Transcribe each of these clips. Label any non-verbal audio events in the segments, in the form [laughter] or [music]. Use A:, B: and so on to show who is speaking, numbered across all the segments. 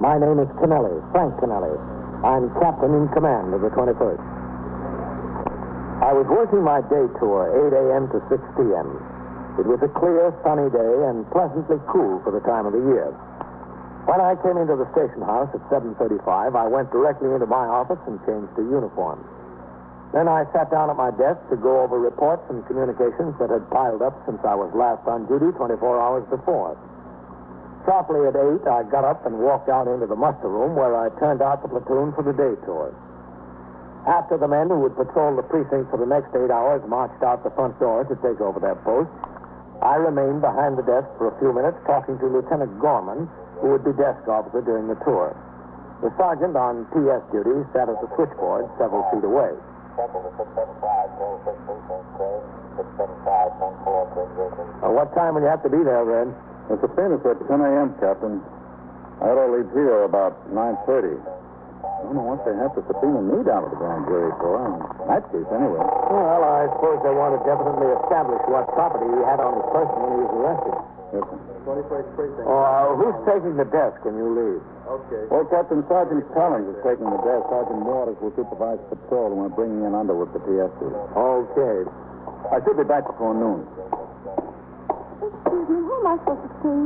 A: My name is Kennelly, Frank Kennelly. I'm captain in command of the 21st. I was working my day tour, 8 a.m. to 6 p.m. It was a clear, sunny day and pleasantly cool for the time of the year. When I came into the station house at 7.35, I went directly into my office and changed to uniform. Then I sat down at my desk to go over reports and communications that had piled up since I was last on duty 24 hours before. Sharply at 8, I got up and walked out into the muster room where I turned out the platoon for the day tour. After the men who would patrol the precinct for the next eight hours marched out the front door to take over their posts, I remained behind the desk for a few minutes talking to Lieutenant Gorman, who would be desk officer during the tour. The sergeant on PS duty sat at the switchboard several feet away. Uh, what time will you have to be there, Red?
B: Mr. Finn is at 10 a.m., Captain. I ought to leave here about 9.30. I don't know what they have to subpoena me down to the grand jury for. In that case, anyway.
A: Well, I suppose they want to definitely establish what property he had on his person when he was arrested.
B: Yes, sir.
A: Uh, who's taking the desk when you leave?
B: Well, Captain Sergeant Collins is taking the desk. Sergeant Waters will supervise patrol when we're bringing in Underwood for TS duty.
A: Okay.
B: I should be back before noon.
C: Excuse me, who am I supposed to see?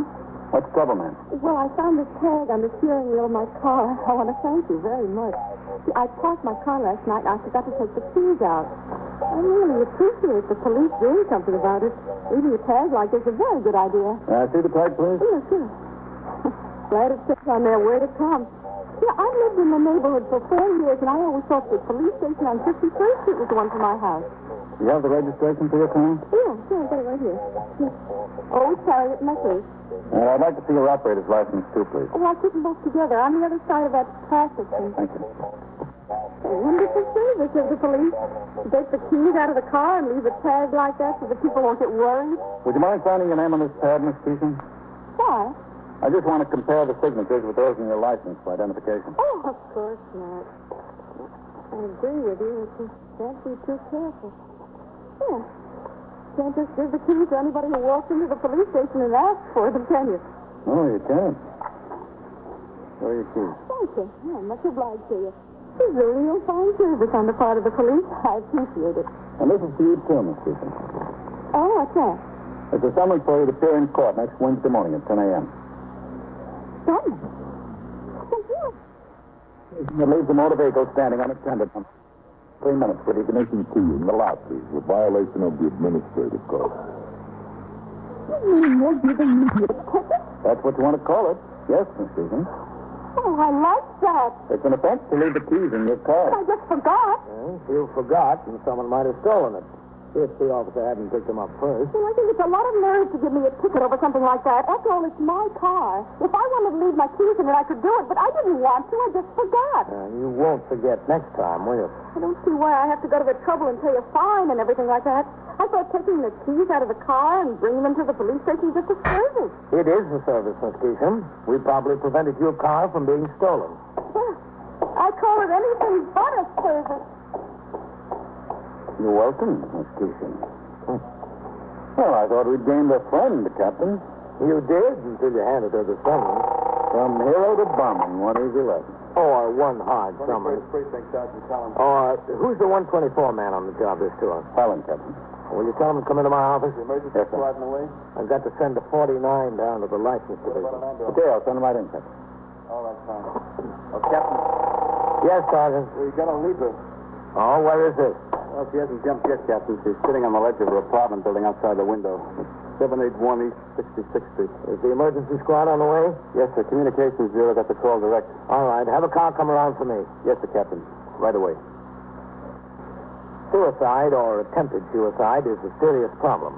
B: What's trouble, man?
C: Well, I found this tag on the steering wheel of my car. I want to thank you very much. See, I parked my car last night and I forgot to take the keys out. I really appreciate the police doing something about it. Leaving a tag like this is a very good idea.
B: Uh, see the tag, please?
C: Yes, [laughs] sure. Glad it says on their way to come. Yeah, I lived in the neighborhood for four years, and I always thought the police station on 51st Street was the one for my house.
B: You have the registration for your car?
C: Yeah, sure, I've got it right here. Yes. Oh, Old Chariot Methodist.
B: Uh, I'd like to see your operator's license, too, please.
C: Oh, I put them both together on the other side of that passage. And
B: Thank you.
C: wonderful service of the police. Take the keys out of the car and leave a tag like that so the people won't get worried.
B: Would you mind signing your name on this pad, Miss Peterson?
C: Why?
B: I just want to compare the signatures with those in your license for identification.
C: Oh, of course not. I agree with you. It's just can't be too careful. Yeah. Can't just give the keys to anybody who walks into the police station and asks for them, can you?
B: Oh, you can. Where are your keys?
C: Thank you. I'm much obliged to you. This is a real fine service on the part of the police. I appreciate it.
B: And this is for you too, Miss Peterson.
C: Oh, what's that?
B: It's a summons for you to appear in court next Wednesday morning at 10 a.m.
C: Done. Thank you.
B: You leave the motor vehicle standing unattended for three minutes with your ignition key in the lock, please.
D: The violation of the administrative code.
B: That's what you want to call it. Yes, Miss Peterson.
C: Oh, I like that.
B: It's an offense to leave the keys in your car.
C: I just forgot.
A: Well, you forgot, and someone might have stolen it. If the officer hadn't picked him up first.
C: Well, I think it's a lot of nerve to give me a ticket over something like that. After all, it's my car. If I wanted to leave my keys in it, I could do it, but I didn't want to. I just forgot.
A: Uh, you won't forget next time, will you?
C: I don't see why I have to go to the trouble and pay a fine and everything like that. I thought taking the keys out of the car and bringing them to the police station was just a service.
A: It is a service, Miss Keesham. We probably prevented your car from being stolen.
C: Yeah. I call it anything but a service.
B: You're welcome, Miss Peterson. Well, I thought we'd gained a friend, Captain.
A: You did until you handed her the summons.
B: From hero to bombing, one easy lesson.
A: Or one hard summons. Or who's the 124 man on the job this tour?
B: Helen, Captain.
A: Will you tell him to come into my office?
B: Yes, sir.
A: I've got to send a 49 down to the license division.
B: Okay, I'll send him right in, Captain.
E: Oh, Captain,
A: Yes, Sergeant.
E: we got a leaper.
A: Oh, where is this?
E: Well, she hasn't jumped yet, Captain. She's sitting on the ledge of her apartment building outside the window. 781 East 66th Street.
A: Is the emergency squad on the way?
E: Yes, sir. Communications Bureau got the call direct.
A: All right, have a car come around for me.
E: Yes, sir, Captain. Right away.
A: Suicide or attempted suicide is a serious problem.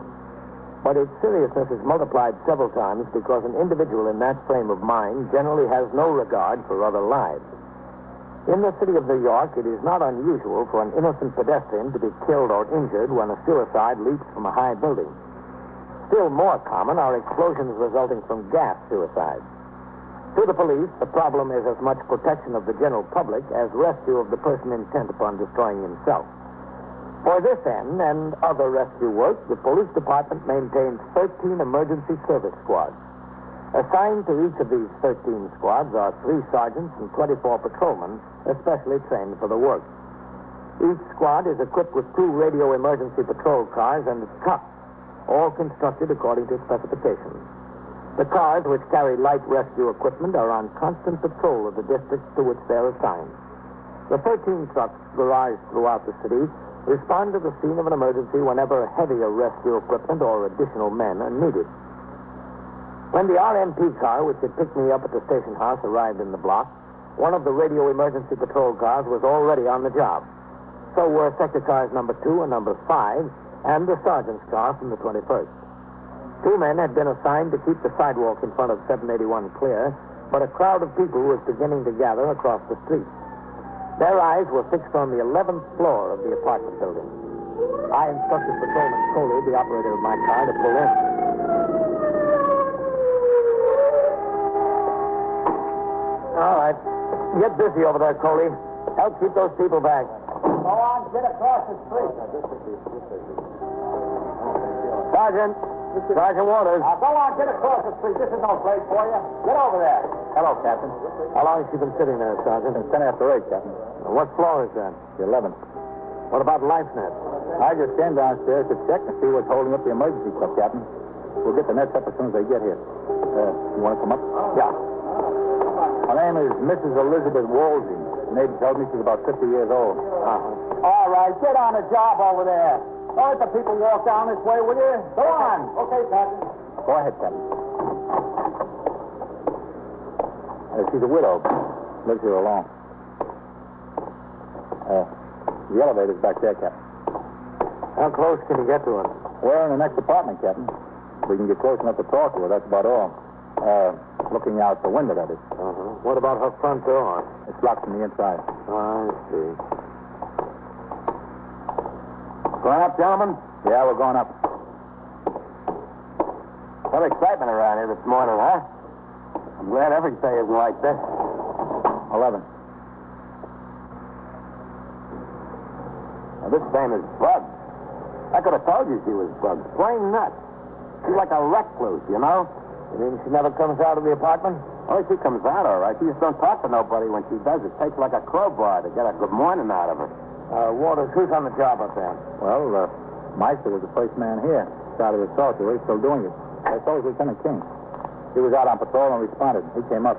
A: But its seriousness is multiplied several times because an individual in that frame of mind generally has no regard for other lives. In the city of New York, it is not unusual for an innocent pedestrian to be killed or injured when a suicide leaps from a high building. Still more common are explosions resulting from gas suicides. To the police, the problem is as much protection of the general public as rescue of the person intent upon destroying himself. For this end and other rescue work, the police department maintains 13 emergency service squads. Assigned to each of these 13 squads are three sergeants and 24 patrolmen, especially trained for the work. Each squad is equipped with two radio emergency patrol cars and trucks, all constructed according to specifications. The cars, which carry light rescue equipment, are on constant patrol of the districts to which they're assigned. The 13 trucks, garaged throughout the city, respond to the scene of an emergency whenever heavier rescue equipment or additional men are needed. When the RMP car, which had picked me up at the station house, arrived in the block, one of the radio emergency patrol cars was already on the job. So were sector cars number two and number five, and the sergeant's car from the 21st. Two men had been assigned to keep the sidewalk in front of 781 clear, but a crowd of people was beginning to gather across the street. Their eyes were fixed on the 11th floor of the apartment building. I instructed Patrolman Coley, the operator of my car, to pull in. All right. Get busy over there, Coley. Help keep those people back.
E: Go on, get across the street.
A: Sergeant. Sergeant Waters.
E: Now, go on, get across the street. This is no place for you. Get over there.
B: Hello, Captain.
A: How long has she been sitting there, Sergeant? Uh,
B: It's ten after eight, Captain.
A: What floor is that?
B: The eleventh.
A: What about life net?
B: I just came downstairs to check and see what's holding up the emergency club, Captain. We'll get the nets up as soon as they get here. Uh, you want to come up?
E: Oh.
A: Yeah.
B: Her name is Mrs. Elizabeth Wolsey. Nate tells me she's about 50 years old.
E: All right, get on the job over there. Don't let the people walk down this way, will you? Go on. Okay, Captain.
B: Go ahead, Captain. Uh, she's a widow. Lives here alone. Uh, the elevator's back there, Captain.
A: How close can you get to it?
B: We're in the next apartment, Captain. We can get close enough to talk to her. That's about all. Uh, looking out the window, that is.
A: Uh-huh. What about her front door?
B: It's locked from the inside.
A: I see.
B: Going up, gentlemen? Yeah, we're going up.
E: Some excitement around here this morning, huh? I'm glad every day isn't like this.
B: Eleven.
E: Now, this dame is bugged. I could have told you she was bugged. Plain nuts. She's like a recluse, you know?
A: You mean she never comes out of the apartment?
E: Only she comes out all right. She just don't talk to nobody when she does. It takes like a crowbar to get a good morning out of her.
A: Uh, Waters, who's on the job up there?
B: Well, uh, Meister was the first man here. Started with Salter. He's still doing it. I told Lieutenant King. He was out on patrol and responded. He came up.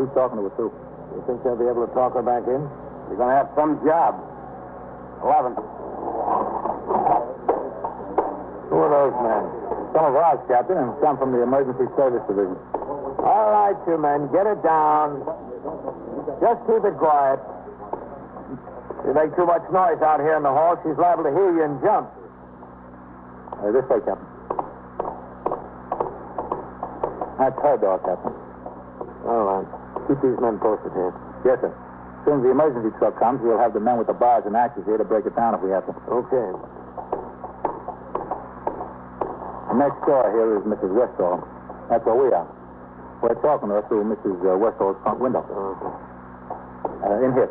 B: He's talking to us, too.
A: You think they'll be able to talk her back in?
E: You're gonna have some job. Eleven.
A: Who are those men?
B: Some of ours, Captain, and some from the Emergency Service Division.
A: All right, you men, get it down. Just keep it quiet. You make too much noise out here in the hall, she's liable to hear you and jump.
B: Uh, this way, Captain. That's her door, Captain.
A: All right. Keep these men posted here.
B: Yes, sir. As soon as the emergency truck comes, we'll have the men with the bars and axes here to break it down if we have to.
A: Okay.
B: The next door here is Mrs. Westall. That's where we are. We're talking to her through Mrs. uh, Westall's front window. Uh, in here.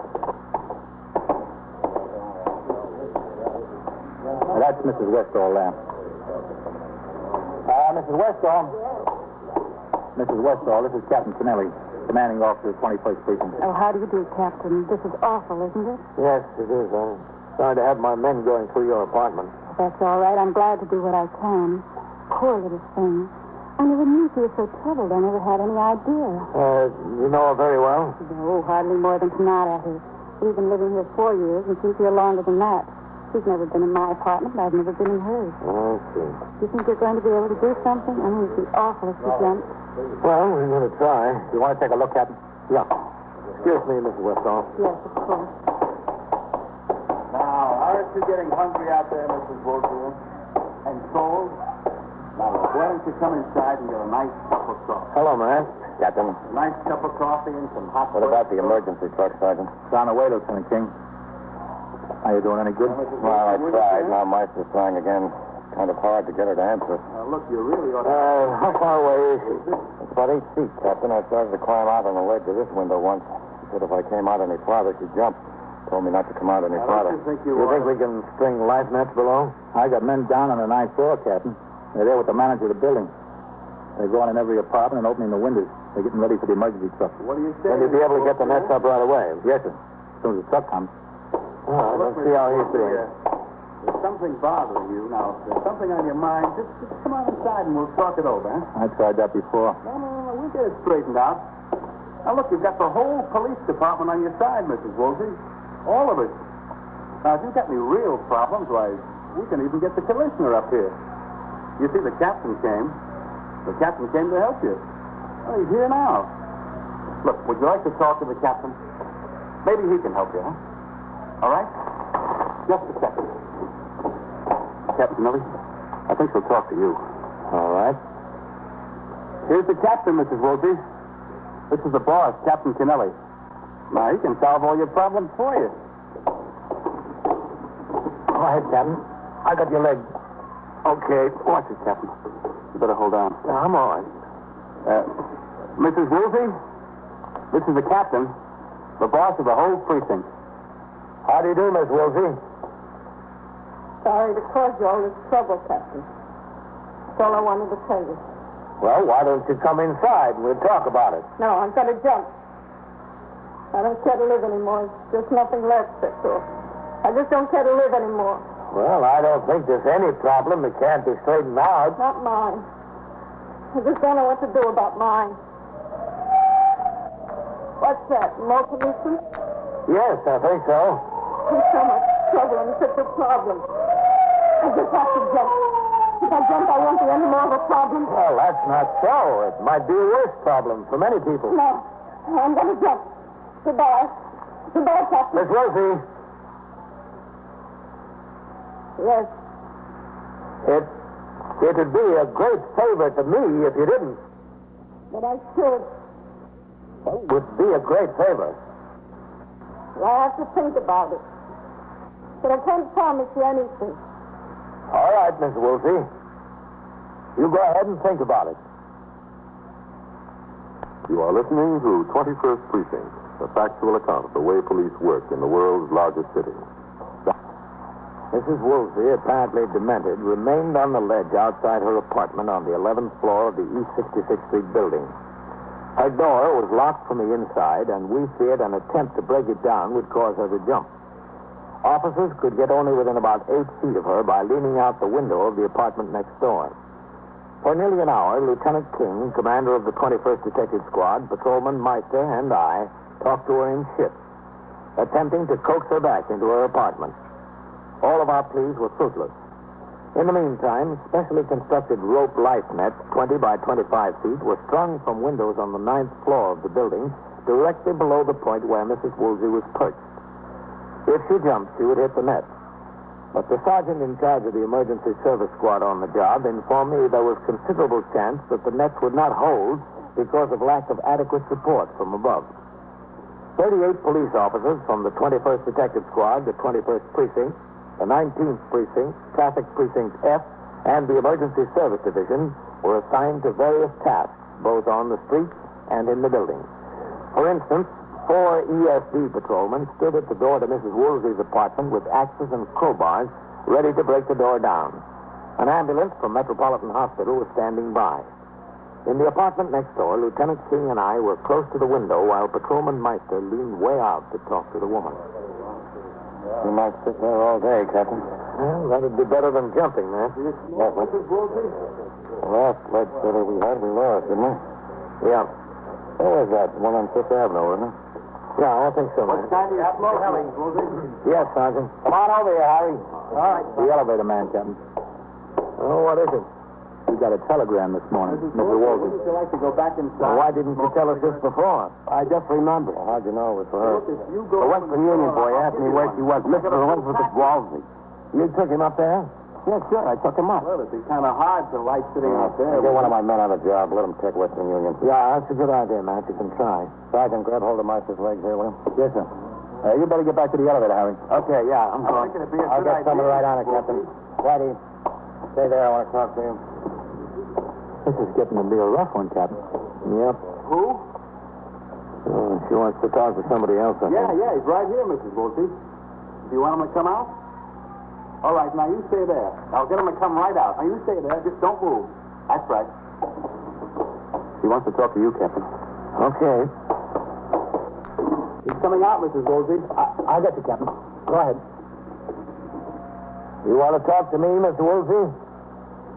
B: Uh, that's Mrs. Westall there. Uh, Mrs. Westall. Mrs. Westall, this is Captain Kennelly, commanding officer, 21st Precinct.
C: Oh, how do you do, Captain? This is awful, isn't it?
A: Yes, it is. I'm sorry to have my men going through your apartment.
C: That's all right. I'm glad to do what I can. Poor little thing. I never knew she was so troubled. I never had any idea.
A: Uh, you know her very well?
C: No, hardly more than tonight at her. We've been living here four years, and she's here longer than that. She's never been in my apartment, and I've never been in hers.
A: I see.
C: You think you're going to be able to do something? I mean, it'd be awful if she jumped.
A: Well, we're going to try.
B: You want to take a look, Captain?
A: Yeah. Excuse me, Mrs. Westall.
C: Yes, of course.
E: Now, aren't you getting hungry out there, Mrs. Woodville? And cold? Now, why don't you come inside and get a nice cup of coffee?
A: Hello, man.
B: Captain.
E: A nice cup of coffee and some hot
B: What about the
E: emergency truck, Sergeant?
B: It's on the way, Lieutenant King. Are you doing any good?
E: Well, I tried. Now,
B: Meister's trying again. Kind of hard to get her to answer.
E: Now, look, you really ought
A: Uh,
E: to...
A: how far away is she?
B: It's about eight feet, Captain. I started to climb out on the ledge of this window once. She said if I came out any farther, she'd jump. Told me not to come out any
E: I don't you think you,
A: You
E: ought
A: think
E: to...
A: we can string life nets below?
B: I got men down on the ninth floor, Captain. They're there with the manager of the building. They're going in every apartment and opening the windows. They're getting ready for the emergency truck.
E: What do you say?
A: Then you'll be able to get the
E: Mr.
A: nest up right away.
B: Yes, sir. As soon as the truck comes.
A: All right,
E: Look,
A: let's see how
E: Mr.
A: he's doing.
E: Borgia, There's something bothering you now. If there's something on your mind, just, just come on inside and we'll talk it over, huh?
B: I tried that before.
E: No, no, no, we get it straightened out. Now, look, you've got the whole police department on your side, Mrs. Woolsey. All of us. Now, if you've got any real problems, why, we can even get the commissioner up here. You see, the captain came. The captain came to help you. Well, he's here now. Look, would you like to talk to the captain? Maybe he can help you, huh? All right? Just a second. Captain Miller, I think she'll talk to you.
A: All right.
E: Here's the captain, Mrs. Wilkie. This is the boss, Captain Kennelly. Now, he can solve all your problems for you.
A: Go ahead, Captain. I got your leg.
E: Okay, watch it, Captain. You better hold on.
A: Now, I'm all right.
E: Uh, Mrs. Wilkie, this is the captain, the boss of the whole precinct.
A: How do you do, Miss Wilsey?
C: Sorry to cause you all this trouble, Captain. That's all I wanted to tell you.
A: Well, why don't you come inside? We'll talk about it.
C: No, I'm going to jump. I don't care to live anymore. There's nothing left, that's all. I just don't care to live anymore.
A: Well, I don't think there's any problem that can't be straightened out.
C: Not mine. I just don't know what to do about mine. What's that? More pollution?
A: Yes, I think so.
C: There's so much trouble and such a problem. I just have to jump. If I jump, I won't be any more of a problem.
A: Well, that's not so. It might be a worse problem for many people.
C: No, I'm going to jump. Goodbye. Goodbye, Captain.
A: Miss Wilsey,
C: Yes,
A: it it'd be a great favor to me if you didn't.
C: but I should.
A: It would be a great favor.
C: Well, I have to think about it. But I can't promise you anything.
A: All right, Miss Wilsey. You go ahead and think about it.
D: You are listening to 21st Precinct, a factual account of the way police work in the world's largest city.
A: Mrs. Woolsey, apparently demented, remained on the ledge outside her apartment on the 11th floor of the East 66th Street building. Her door was locked from the inside, and we feared an attempt to break it down would cause her to jump. Officers could get only within about eight feet of her by leaning out the window of the apartment next door. For nearly an hour, Lieutenant King, commander of the 21st Detective Squad, Patrolman Meister, and I talked to her in shifts, attempting to coax her back into her apartment. All of our pleas were fruitless. In the meantime, specially constructed rope life nets, 20 by 25 feet, were strung from windows on the ninth floor of the building, directly below the point where Mrs. Woolsey was perched. If she jumped, she would hit the net. But the sergeant in charge of the emergency service squad on the job informed me there was considerable chance that the nets would not hold because of lack of adequate support from above. 38 police officers from the 21st Detective Squad, the 21st Precinct, the 19th Precinct, Traffic Precinct F, and the Emergency Service Division were assigned to various tasks, both on the streets and in the building. For instance, four ESD patrolmen stood at the door to Mrs. Woolsey's apartment with axes and crowbars, ready to break the door down. An ambulance from Metropolitan Hospital was standing by. In the apartment next door, Lieutenant King and I were close to the window while Patrolman Meister leaned way out to talk to the woman.
B: You might sit there all day, Captain.
A: Well, that'd be better than jumping, man.
B: That was
E: Mrs. Woolsey?
B: the last ledge city we had. We lost, didn't we?
A: Yeah.
B: Where was that? The one on Fifth Avenue, wasn't it?
A: Yeah, I think so,
E: What
A: man.
E: kind of smoke, Mrs. Woolsey?
A: Yes, Sergeant. Come on over here, Harry.
B: All right. The elevator man, Captain.
A: Oh, what is it?
B: We got a telegram this morning. Mr. Walton.
E: Would you like to go back inside?
A: Well, why didn't you tell us this before? I just remembered.
B: how'd you know it was for
E: Look, if you go
A: The
E: up
A: Western
E: in uh, the
A: Union
E: door,
A: boy
E: I'll
A: asked me
E: give you
A: where
E: one.
A: she was. Mr. Elizabeth Walsey. You took him up there? Yeah, sure. I took him up.
E: Well, it'd be kind of hard to light sitting
B: Yeah,
E: out there.
B: Get one of my men on the job. Let him check Western Union.
A: Yeah, that's a good idea, Matt. You can try.
B: Sergeant, grab hold of Marcia's legs here, will you?
A: Yes, sir.
B: Uh, you better get back to the elevator, Harry.
A: Okay, yeah, I'm
E: I think it'd be a
B: I'll
E: good
B: get someone
E: idea,
B: right on it,
E: Mrs.
B: Captain.
E: Woolsey.
B: Whitey, stay there. I want to talk to you.
A: This is getting to be a rough one, Captain. Yep.
E: Who?
A: Oh, she wants to talk to somebody else, I
E: Yeah,
A: think.
E: yeah, he's right here, Mrs. Woolsey. Do you want him to come out? All right, now you stay there. I'll get him to come right out. Now you stay there. Just don't move. That's right. She wants to talk to you, Captain.
A: Okay.
E: He's coming out, Mrs. Wolsey.
A: I'll get you, Captain. Go ahead. You want to talk to me, Mr. Woolsey?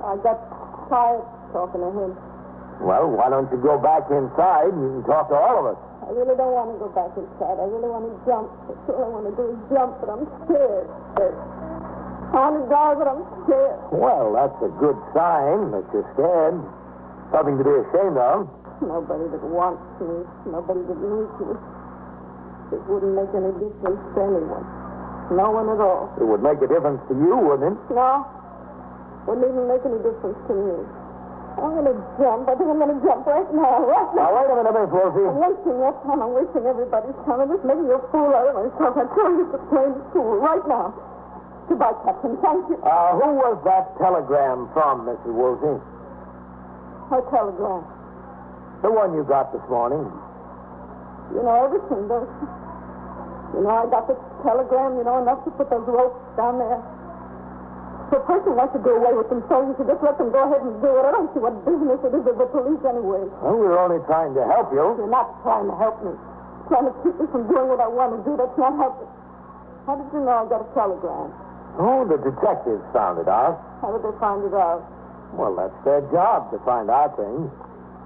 C: I got tired talking to him.
A: Well, why don't you go back inside and you can talk to all of us?
C: I really don't want to go back inside. I really want to jump. That's all I want to do is jump, but I'm scared. Honest God, but I'm scared.
A: Well, that's a good sign that you're scared. Something to be ashamed of.
C: Nobody that wants me, nobody that needs me. It wouldn't make any difference to anyone. No one at all.
A: It would make a difference to you, wouldn't it?
C: No. Wouldn't even make any difference to me. I'm going to jump. I think I'm going to jump right now. [laughs] Right
A: Now,
C: now.
A: wait a minute, Miss Woolsey.
C: I'm wasting your time. I'm wasting everybody's time. I'm just making a fool out of myself. I'm telling you to plane to school right now. Goodbye, Captain. Thank you.
A: Uh, who was that telegram from, Mrs. Woolsey?
C: I telegram.
A: The one you got this morning.
C: You know everything, don't you? You know, I got the telegram, you know, enough to put those ropes down there. If a person wants to do away with themselves, you should just let them go ahead and do it. I don't see what business it is of the police anyway.
A: Well, we were only trying to help you.
C: You're not trying to help me. Trying to keep me from doing what I want to do. That's not helping. How did you know I got a telegram?
A: Oh, the detectives found it out.
C: How did they find it out?
A: Well, that's their job to find out things.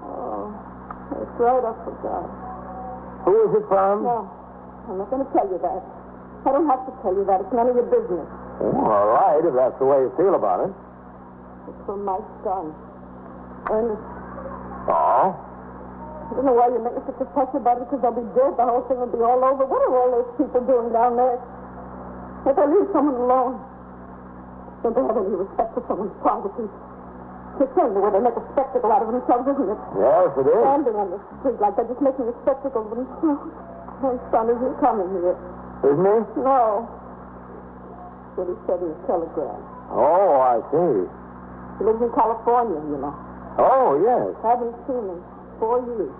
C: Oh, that's right, I forgot.
A: Who is it from?
C: No, I'm not going to tell you that. I don't have to tell you that. It's none of your business.
A: Oh, all right, if that's the way you feel about it.
C: It's from my son. Ernest,
A: Oh?
C: I don't know why you make me such a fuss about it, because I'll be dead. The whole thing will be all over. What are all those people doing down there? If I leave someone alone, don't they have any respect for someone's privacy? It's the way they make a spectacle out of themselves, isn't it?
A: Yes, it is.
C: Standing on the street like they're just making a spectacle of themselves. My son isn't coming here.
A: Isn't he?
C: No. What he said in the telegram.
A: Oh, I see.
C: He lives in California, you know.
A: Oh, yes.
C: Haven't seen him four years.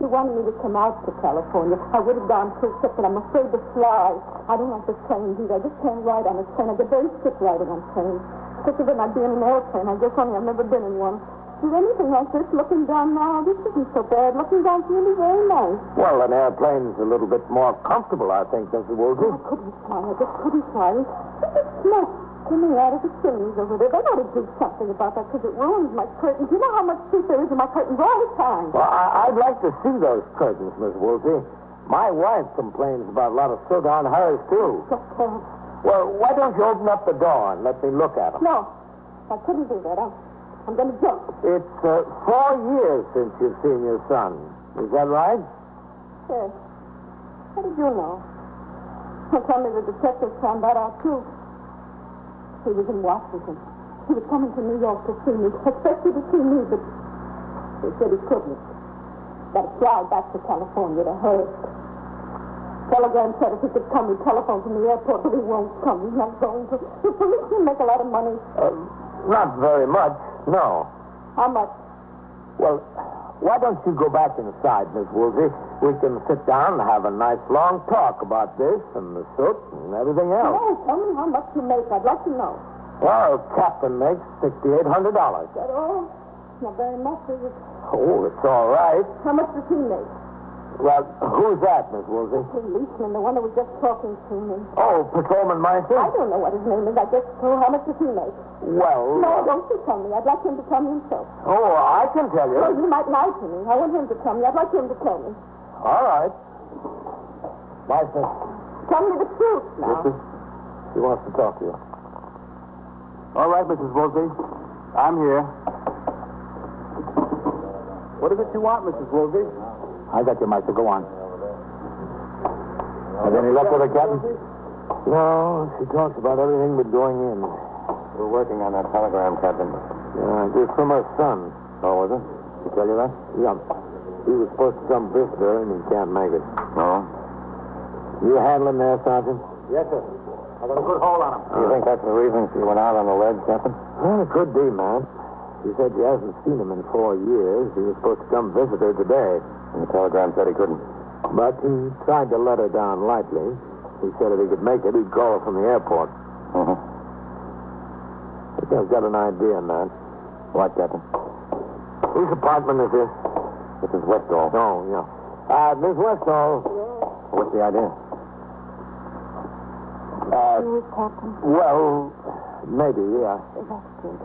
C: He wanted me to come out to California. I would have gone too, except that I'm afraid to fly. I don't like the train either. I just can't ride on a train. I get very sick riding on trains. Sicker than I'd be in an airplane. I guess only I've never been in one. Is anything like this looking down now? This isn't so bad. Looking down's really very nice.
A: Well, an airplane's a little bit more comfortable, I think, Mr. Woolsey.
C: I couldn't fly. I just couldn't fly. Look at smoke coming out of the chimneys over there. They ought to do something about that because it ruins my curtains. You know how much heat there is in my curtains all the time.
A: Well, I- I'd like to see those curtains, Miss Woolsey. My wife complains about a lot of soot on hers, too.
C: Just uh, terrible.
A: Well, why don't you open up the door and let me look at them?
C: No, I couldn't do that. I'm, I'm going to jump.
A: It's uh, four years since you've seen your son. Is that right?
C: Yes. How did you know? Well, tell me the detective found that out, too. He was in Washington. He was coming to New York to see me, expected to see me, but he said he couldn't. Got to fly back to California to her. Telegram said if he could come, he telephoned from the airport, but he won't come. He's not going to. The police can make a lot of money.
A: Uh, not very much, no.
C: How much?
A: Well, why don't you go back inside, Miss Woolsey? We can sit down and have a nice long talk about this and the soot and everything else.
C: No, tell me how much you make. I'd like to know.
A: Well, Captain makes $6,800.
C: Is that all? Not very much, is it?
A: Oh, it's all right.
C: How much does he make?
A: Well, who's that, Miss Woolsey?
C: Policeman, the one who was just talking to me.
A: Oh, Patrolman
C: I
A: Meister?
C: don't know what his name is. I guess so. How much does he make?
A: Well,
C: No, don't you tell me. I'd like him to tell me himself.
A: oh, I can tell
C: Well,
A: you.
C: you might lie to me. I want him to tell me. I'd like him to tell me.
A: All right. Meister,
C: Tell me the truth now.
A: Richard, she wants to talk to you.
E: All right, Mrs. Wolsey. I'm here. What is it you want, Mrs. Wolsey?
A: I got you, Meister. Go on. Have any luck with her, Captain? No, she talks about everything but going in.
B: We're working on that telegram, Captain.
A: Yeah, it was from her son.
B: Oh, was it? Did he tell you that?
A: Yeah. He was supposed to come visitor, and he can't make it.
B: No.
A: You handle him there, Sergeant?
E: Yes, sir. I got a good hold on him.
B: Do you think that's the reason she went out on the ledge, Captain?
A: Well, it could be, man. She said she hasn't seen him in four years. He was supposed to come visit her today.
B: And the telegram said he couldn't.
A: But he tried to let her down lightly. He said if he could make it, he'd call her from the airport.
B: Mm-hmm.
A: I think I've got an idea, man.
B: What, Captain?
A: Whose apartment is this?
B: This is Westall.
A: Oh, yeah. Uh, Miss Westall.
B: What's the idea?
A: Uh,
C: You, Captain?
A: well, maybe, yeah.
C: That's good.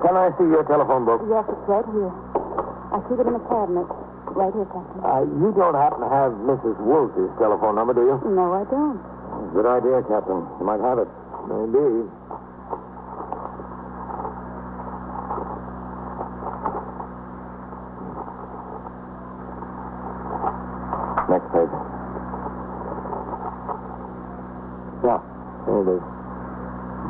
A: Can I see your telephone book?
C: Yes, it's right here. I keep it in the cabinet. Right here, Captain.
A: Uh, you don't happen to have Mrs. Woolsey's telephone number, do you?
C: No, I don't.
B: Good idea, Captain. You might have it.
A: Maybe.
B: Next page.
A: Yeah, there it is.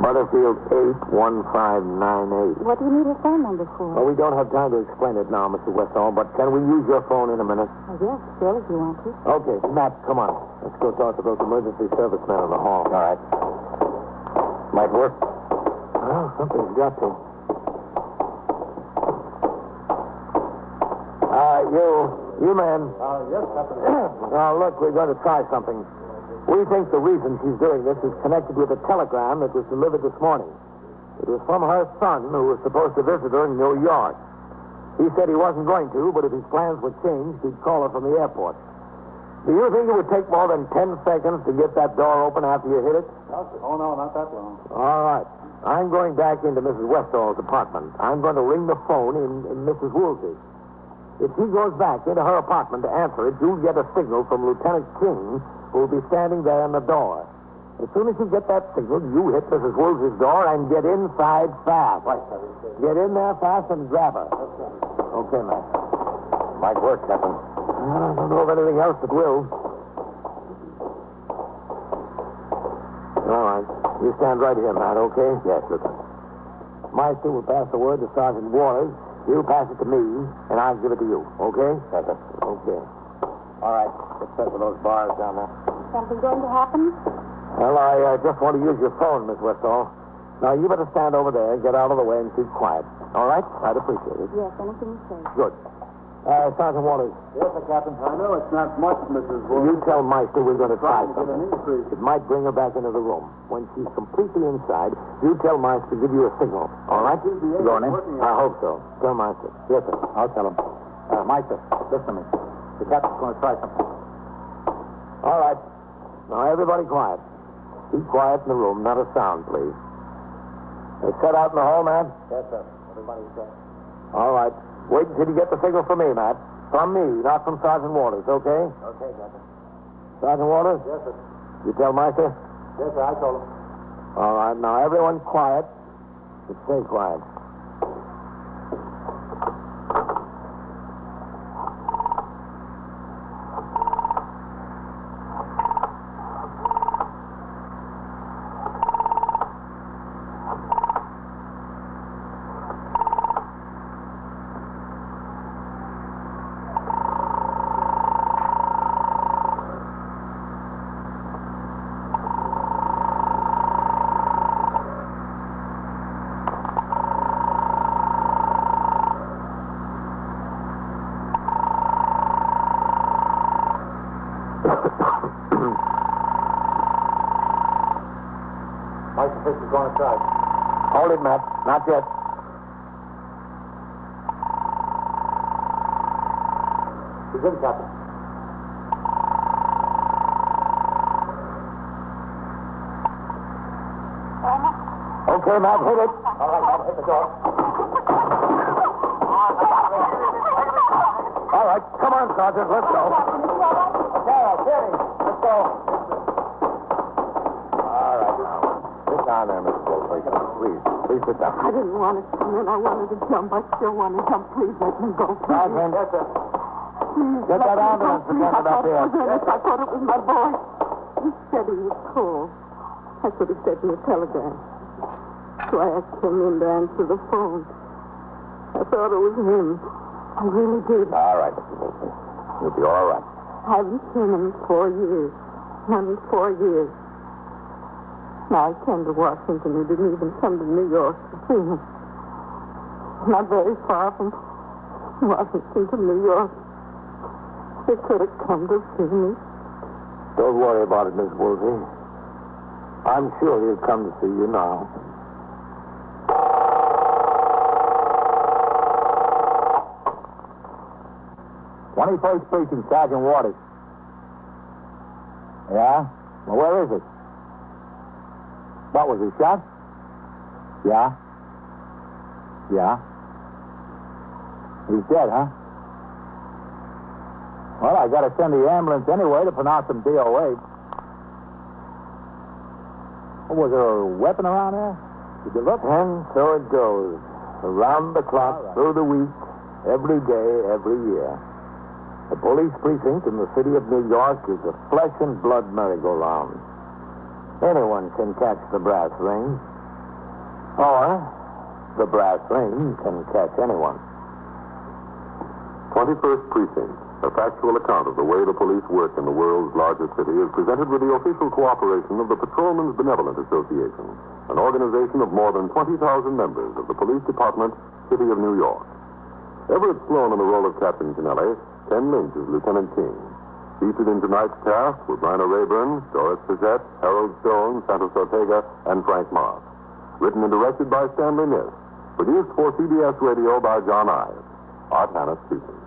A: Butterfield 81598.
C: What do you need a phone number for?
A: Well, we don't have time to explain it now, Mr. Westall, but can we use your phone in a minute?
C: Oh, yes, sure, if you want to.
A: Okay, Matt, come on. Let's go talk to those emergency servicemen in the hall.
B: All right. Might work.
A: Well, something's got to. Uh, you, you men.
E: Uh, yes, Captain.
A: now, look, we're going to try something. We think the reason she's doing this is connected with a telegram that was delivered this morning. It was from her son, who was supposed to visit her in New York. He said he wasn't going to, but if his plans were changed, he'd call her from the airport. Do you think it would take more than 10 seconds to get that door open after you hit it?
E: Oh, no, not that long.
A: All right. I'm going back into Mrs. Westall's apartment. I'm going to ring the phone in, in Mrs. Woolsey's. If she goes back into her apartment to answer it, you'll get a signal from Lieutenant King, who'll be standing there in the door. As soon as you get that signal, you hit Mrs. Woolsey's door and get inside fast. Right, Get in there fast and grab her. Okay, Matt.
B: Might work, Captain.
A: I don't know of anything else that will. All right. You stand right here, Matt, okay?
B: Yes, Lieutenant.
A: Meister will pass the word to Sergeant Waters. You pass it to me, and I'll give it to you, okay?
B: Captain.
A: Okay.
B: All right. Let's set with those bars down there.
C: Something going to happen?
A: Well, I uh, just want to use your phone, Miss Westall. Now, you better stand over there, get out of the way, and keep quiet. All right? I'd appreciate it.
C: Yes, anything you say.
A: Good. Uh, Sergeant Waters,
E: Yes, Captain. I know it's not much, Mrs.
A: you
E: Woolsey.
A: tell Meister we're going to try
E: trying to get
A: something.
E: an increase.
A: It might bring her back into the room. When she's completely inside, you tell Meister to give you a signal. All right?
E: You
B: going in?
A: I hope so. Tell Meister. Yes, sir.
B: I'll tell him. Uh, Meister, listen to me. The captain's going to try something.
A: All right. Now, everybody quiet. Keep quiet in the room. Not a sound, please. They set out in the hall, Matt?
B: Yes, sir. Everybody's set.
A: All right. Wait until you get the signal from me, Matt. From me, not from Sergeant Waters, okay?
B: Okay, Captain.
A: Sergeant Waters,
B: Yes, sir.
A: you tell Meister?
B: Yes, sir. I told him.
A: All right. Now, everyone quiet. But stay quiet.
B: Meister thinks he's going to try.
A: Hold it, Matt. Not yet.
B: He's in, Captain.
A: Okay, Matt, hit it.
B: All right, Captain. Hit the door.
A: All right. Come on, Sergeant. Let's go.
B: Carol, Kitty, let's go. All right, now. Sit down there, Mr. Goldberg. Please, please sit down.
C: I didn't want to come in. I wanted to jump. I still want to jump. Please let me go. Please.
A: Sergeant. Yes, sir.
C: Please,
A: Get
C: let
A: that
C: me go.
A: ambulance
C: Please,
A: attendant
C: I
A: up
C: thought it
A: here.
C: was Ernest. I thought it was my boy. He said he was cold. That's what he said in the telegram. So I asked him in to answer the phone. I thought it was him. I really did.
B: All right, Mr. Goldberg. You'll be all right.
C: I haven't seen him in four years. Not in four years. Now I came to Washington. He didn't even come to New York to see him. Not very far from Washington to New York. He could have come to see me.
A: Don't worry about it, Miss Woolsey. I'm sure he'll come to see you now.
B: 21st Precinct, Sergeant Waters. Yeah? Well, where is it? What was he shot? Yeah. Yeah. He's dead, huh? Well, I gotta send the ambulance anyway to pronounce him DOA. Oh, was there a weapon around there? Did you look?
A: And so it goes. Around the clock,
B: All right.
A: through the week, every day, every year. The police precinct in the city of New York is a flesh and blood merry-go-round. Anyone can catch the brass ring. Or the brass ring can catch anyone.
D: 21st Precinct, a factual account of the way the police work in the world's largest city, is presented with the official cooperation of the Patrolmen's Benevolent Association, an organization of more than 20,000 members of the Police Department, City of New York. Everett Sloan in the role of Captain Kennelly, Ken Lynch as Lieutenant King. Featured in tonight's cast were Bryna Rayburn, Doris Suzette, Harold Stone, Santos Ortega, and Frank Moss. Written and directed by Stanley Niss. Produced for CBS Radio by John Ives. Art Hannah speaking.